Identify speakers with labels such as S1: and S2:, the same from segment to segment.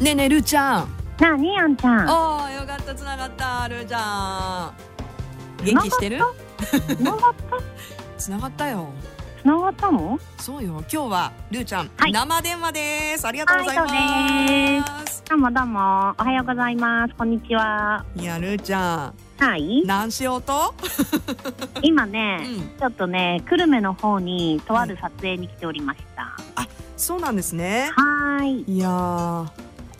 S1: ねえねえルーちゃん
S2: なあにあんちゃん
S1: ああよかったつながったルーちゃん元気してる
S2: つながった
S1: つながったよ
S2: つながったの
S1: そうよ今日はルーちゃん、
S2: はい
S1: 生電話ですありがとうございます、
S2: はいどうもどうもおはようございますこんにちはい
S1: やルーちゃ
S2: はい
S1: ん何しようと、
S2: 今
S1: う
S2: ね、
S1: ん、
S2: ちょっとね久留米の方にとある撮影に来ておりました
S1: そうなんですね
S2: はーい
S1: いやー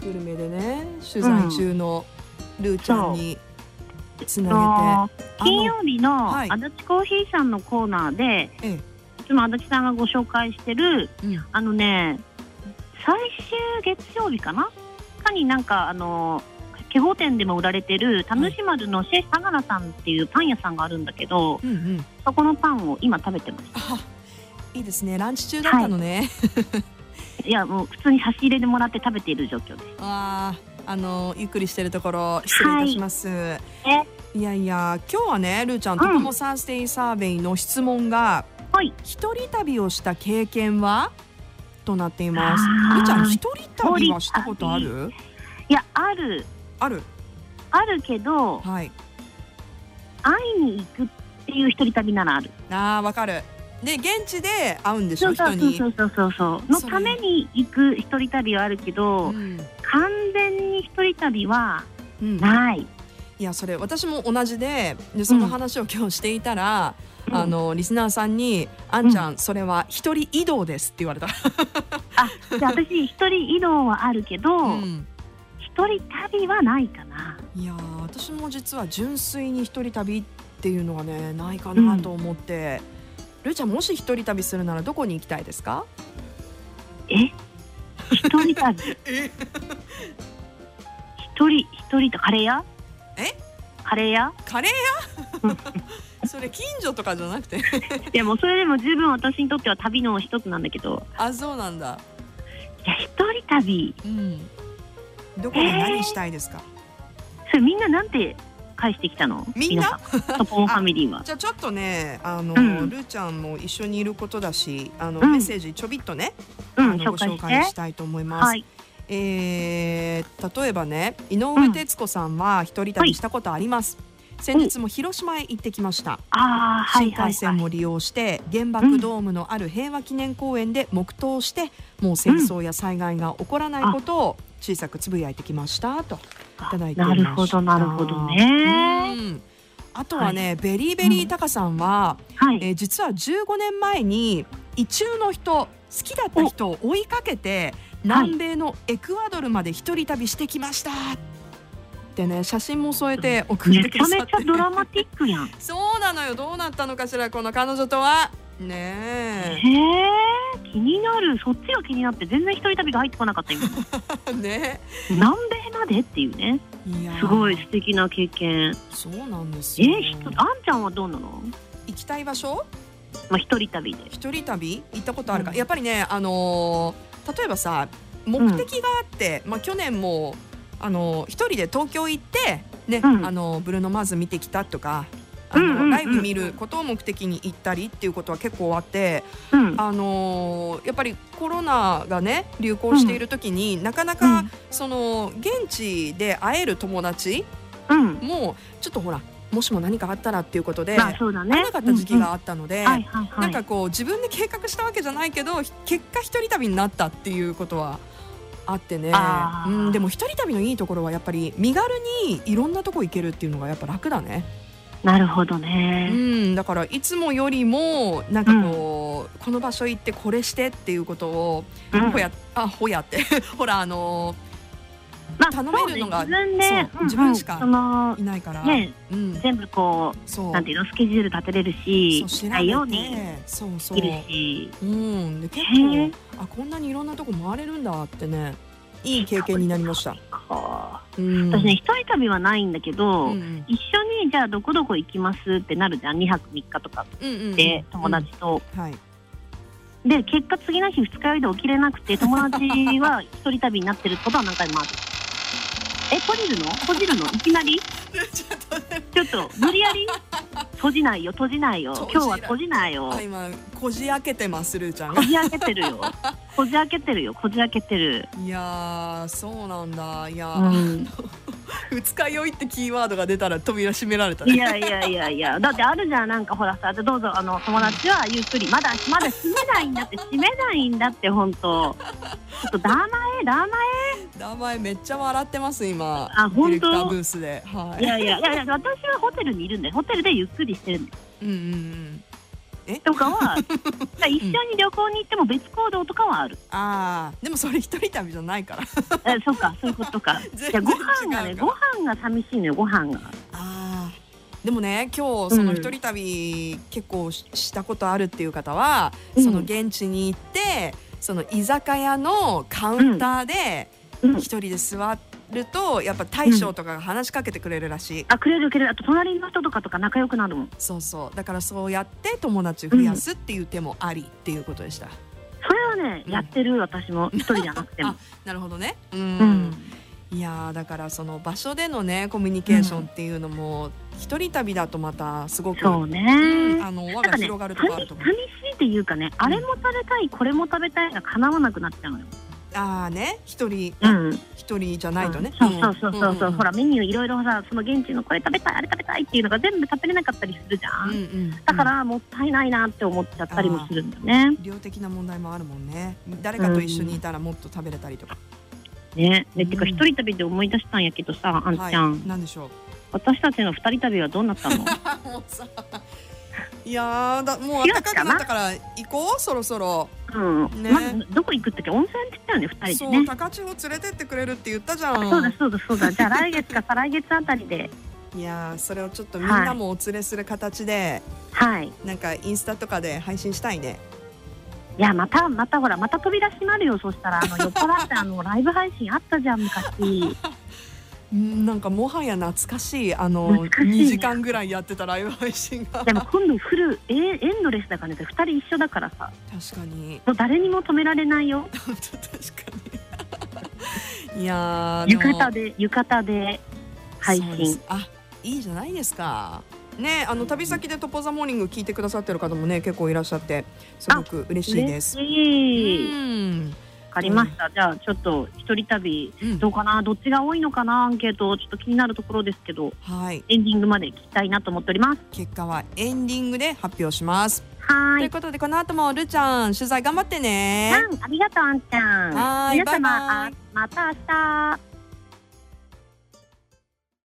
S1: 久留米でね取材中のルーちゃんにつなげて、
S2: と金
S1: あ
S2: 曜日の
S1: はい
S2: 足立コーヒーさんのコーナーで、
S1: ええ
S2: いつも足立さんがご紹介してる
S1: のうん
S2: あのね最終月曜日かなかになんかあの気泡店でも売られてる田主丸のシェフ相良さんっていうパン屋さんがあるんだけど
S1: うんうん
S2: そこのパンを今食べてます
S1: あいいですねランチ中だったのね、
S2: いやもう普通に差し入れでもらって食べている状況です
S1: あーあのゆっくりしてるところ失礼いたします、
S2: え
S1: い、やいや今日はねルーちゃん「
S2: うん
S1: とこもサースデイサーベイ」の質問が
S2: はい
S1: 「一人旅をした経験は?」となっています
S2: あー
S1: ルーちゃん一人旅はしたことある
S2: いやある
S1: ある
S2: あるけど
S1: はい
S2: 会いに行くっていう一人旅ならある
S1: あーわかるで現地で会うんでし
S2: そ
S1: ょ
S2: うそ
S1: 人
S2: うそう
S1: に
S2: そうそうそうそうの
S1: それ
S2: ために行く一人旅はあるけ
S1: う
S2: ど、
S1: ん
S2: 完全に一人旅は
S1: うん
S2: ない、
S1: いやそれ私も同じででその話を今日していたら、あのリスナーさんに「あんちゃん、それは一人移動です」って言われた、
S2: うんで私一人移動はあるけど、
S1: うん
S2: 一人旅はないかな。
S1: いやー私も実は純粋に一人旅っていうのがねないかなと思って、ルーちゃんもし一人旅するならどこに行きたいですか
S2: え一人旅
S1: え
S2: 一人一人とカレー屋
S1: え
S2: カレー屋
S1: カレー屋 それ近所とかじゃなくて
S2: いやもうそれでも十分私にとっては旅の一つなんだけど
S1: あそうなんだ
S2: いや一人旅
S1: うんどこで何したいですか、
S2: それみんななんて返してきたの
S1: みんな
S2: 皆さんトポンファミリーは
S1: じゃあちょっとねあの、
S2: うん
S1: ルーちゃんも一緒にいることだしあの、
S2: うん
S1: メッセージちょびっとね、
S2: うん
S1: あのご紹
S2: 紹介し
S1: 介してたいと思います、
S2: はい
S1: えー例えばね井上徹子さんは一人旅したことあります、先日も広島へ行ってきました
S2: ああは
S1: 新
S2: いはい
S1: 幹
S2: は
S1: 線
S2: い
S1: も利用して原爆ドームのある平和記念公園で黙祷してもう戦争や災害が起こらないことを小さくつぶやいてきましたといただいていま
S2: な
S1: した
S2: るほどなるほどね
S1: うんあとはね、ベリーベリータカさんは、
S2: はい
S1: えー実は15年前に意中の人好きだった人を追いかけて南米のエクアドルまで一人旅してきましたってね写真も添えて送っ
S2: め
S1: てく
S2: ちゃ
S1: ださ
S2: め
S1: って
S2: ちゃドラマティックやんへ
S1: そうなのよどうなったのかしらこの彼女とはね
S2: え気になるそっちが気になって全然一人旅が入ってこなかっ た今
S1: えね
S2: 南米までっていうね
S1: いやー
S2: すごい素敵な経験
S1: そうなんです
S2: え
S1: よ
S2: ひとあんちゃんはどうなの
S1: 行きたい場所
S2: まあ一人旅で
S1: 一人旅行ったことあるか、
S2: うん
S1: やっぱりねあのー例えばさ目的があって、まあ去年もあのー一人で東京行ってね、
S2: うん
S1: あのーブルーノマーズ見てきたとか。あのー
S2: うんうんうん
S1: ライブ見ることを目的に行ったりっていうことは結構あって、
S2: うん
S1: あのーやっぱりコロナがね流行している時に、なかなか、その現地で会える友達
S2: うんうん
S1: もちょっとほらもしも何かあったらっていうことで
S2: まあそうだね
S1: 会えなかった時期があったので、
S2: うんうんはいはいはい
S1: なんかこう自分で計画したわけじゃないけどひ結果一人旅になったっていうことはあってね
S2: あ、
S1: う
S2: ー
S1: ん、でも一人旅のいいところはやっぱり身軽にいろんなとこ行けるっていうのがやっぱ楽だね、
S2: なるほど
S1: う
S2: ね
S1: ん、だからいつもよりもなんかこう、この場所行ってこれしてっていうことを
S2: うん
S1: ほやあほやって ほらあの
S2: まあ
S1: 頼めるのが
S2: そうね自分で
S1: そう
S2: うんうん
S1: 自分しか
S2: その
S1: いないから、
S2: ね
S1: うん、
S2: 全部こ
S1: そう
S2: うなんていうのスケジュール立てれるし
S1: そう
S2: しないように
S1: ねそうそ
S2: できる
S1: う、
S2: し
S1: うん、で結
S2: へえ
S1: 構あこんなにいろんなとこ回れるんだってねいい経験になりました、
S2: か
S1: うん、
S2: 私ね一人旅はないんだけ
S1: う
S2: ど、
S1: んうん
S2: 一緒にじゃあどこどこ行きますってなるじゃん2泊3日とか
S1: うんうんうん
S2: で友達と、
S1: うんはい
S2: で結果次の日2日酔いで起きれなくて友達は一人旅 になってることは何回もあるえ閉じるの閉じるのいきなり
S1: ちょっとね
S2: ちょっと無理やり閉じないよ閉じないよ
S1: 閉
S2: 今
S1: じ
S2: 日
S1: ない
S2: は閉じない
S1: あ今
S2: よ
S1: こじ開けてますルーちゃん
S2: こ
S1: が
S2: じ開けてるよこじ開けてるよこじ開けてる
S1: いやーそうなんだいや
S2: う
S1: ー、
S2: ん
S1: 二日酔いってキーワードが出たら扉閉められた
S2: い
S1: ね
S2: やいやいやいやだってあるじゃんなんかほらさじゃあどうぞあの友達はゆっくりまだまだ閉めないんだって閉めないんだって本当ちょっとだまえだま
S1: 名前めっちゃ笑ってます今
S2: あ
S1: ディ
S2: 本
S1: レクター
S2: 当
S1: ブースではい
S2: やいやいやいや私はホテルにいるんでホテルでゆっくりしてるんで
S1: うんうんうん
S2: とかは一緒に旅行に行っても別行動とかはある、
S1: あーでもそれ一人旅じゃないから
S2: えそうかそういうことか
S1: 全
S2: いや
S1: 然違う
S2: ご飯がね
S1: か
S2: ご
S1: ら
S2: 飯が寂しいのよご飯が
S1: あーでもね今日その
S2: うん
S1: 一人旅結構ししたことあるっていう方は、
S2: うん
S1: その現地に行ってその居酒屋のカウンターで
S2: うん
S1: 一人で座るとやっぱ大将とかが話しかけてくれるらしい、
S2: あくれるくれるあと隣の人とかとか仲良くなるもん
S1: そうそうだからそうやって友達増やすっていう手もありっていうことでした、
S2: それはね、
S1: うん
S2: やってる私も一人じゃなくても
S1: あなるほどね
S2: う
S1: うん
S2: ん
S1: いやーだからその場所でのねコミュニケーションっていうのも、一人旅だとまたすごく
S2: そうね、
S1: あの輪
S2: なん
S1: が
S2: かね
S1: 広がるとこあると思う、
S2: 寂寂しいっていうかねあれも食べたいこれも食べたいが叶わなくなっちゃうのよ
S1: ああね一人
S2: うん
S1: 一人じゃないとね、
S2: うんそうそうそうそうそう、
S1: んん
S2: ほらメニューいろいろさその現地のこれ食べたいあれ食べたいっていうのが全部食べれなかったりするじゃん、
S1: うんうん
S2: だからもったいないなって思っちゃったりもするんだよね。
S1: 量的な問題もあるもんね誰かと一緒にいたらもっと食べれたりとか、
S2: ね、
S1: う
S2: で
S1: ん
S2: てか一人旅で思い出したんやけどさあんち
S1: はい
S2: ゃん、
S1: なんでしょう
S2: 私たちの二人旅はどうなった の
S1: あもうさいやーだもう暖かくなったから行こうそろそろ
S2: うん、
S1: ね
S2: まずどこ行くってっけ温泉って言ったよね二人
S1: そ
S2: で
S1: う
S2: ね
S1: 高千穂連れてってくれるって言ったじゃん
S2: そうだそうだそうだじゃあ来月か再来月あたり で
S1: いやーそれをちょっとみんなもお連れする形で、
S2: はいい
S1: なんかインスタとかで配信したいね
S2: やまたまたほらまた扉閉まるよそしたらあの酔っ払ってあの ライブ配信あったじゃん昔
S1: うんなんかもはや懐かしいあの
S2: 懐かしいね
S1: 2時間ぐらいやってたライブ配信が
S2: でも今度フルえーエンドレスだからね二人一緒だからさ
S1: 確かに
S2: もう誰にも止められないよ
S1: 本当確か にいやーで
S2: 浴
S1: も
S2: 衣で浴衣で配
S1: そうで
S2: 信
S1: すあいいじゃないですかねあの旅先でトポザモーニング聞いてくださってる方もね結構いらっしゃってすごく嬉しいです
S2: 嬉しい。
S1: うん
S2: わかりました。じゃあちょっと一人旅
S1: うん
S2: どうかな、どっちが多いのかなアンケートちょっと気になるところですけど、
S1: はい
S2: エンディングまで聞きたいなと思っております。
S1: 結果はエンディングで発表します
S2: は
S1: とい
S2: ー
S1: う
S2: い。
S1: ことでこの後もるーちゃん取材頑張ってね。
S2: あんありがとうあんちゃん。
S1: はーい
S2: 皆様
S1: バイバイ
S2: あまた明日。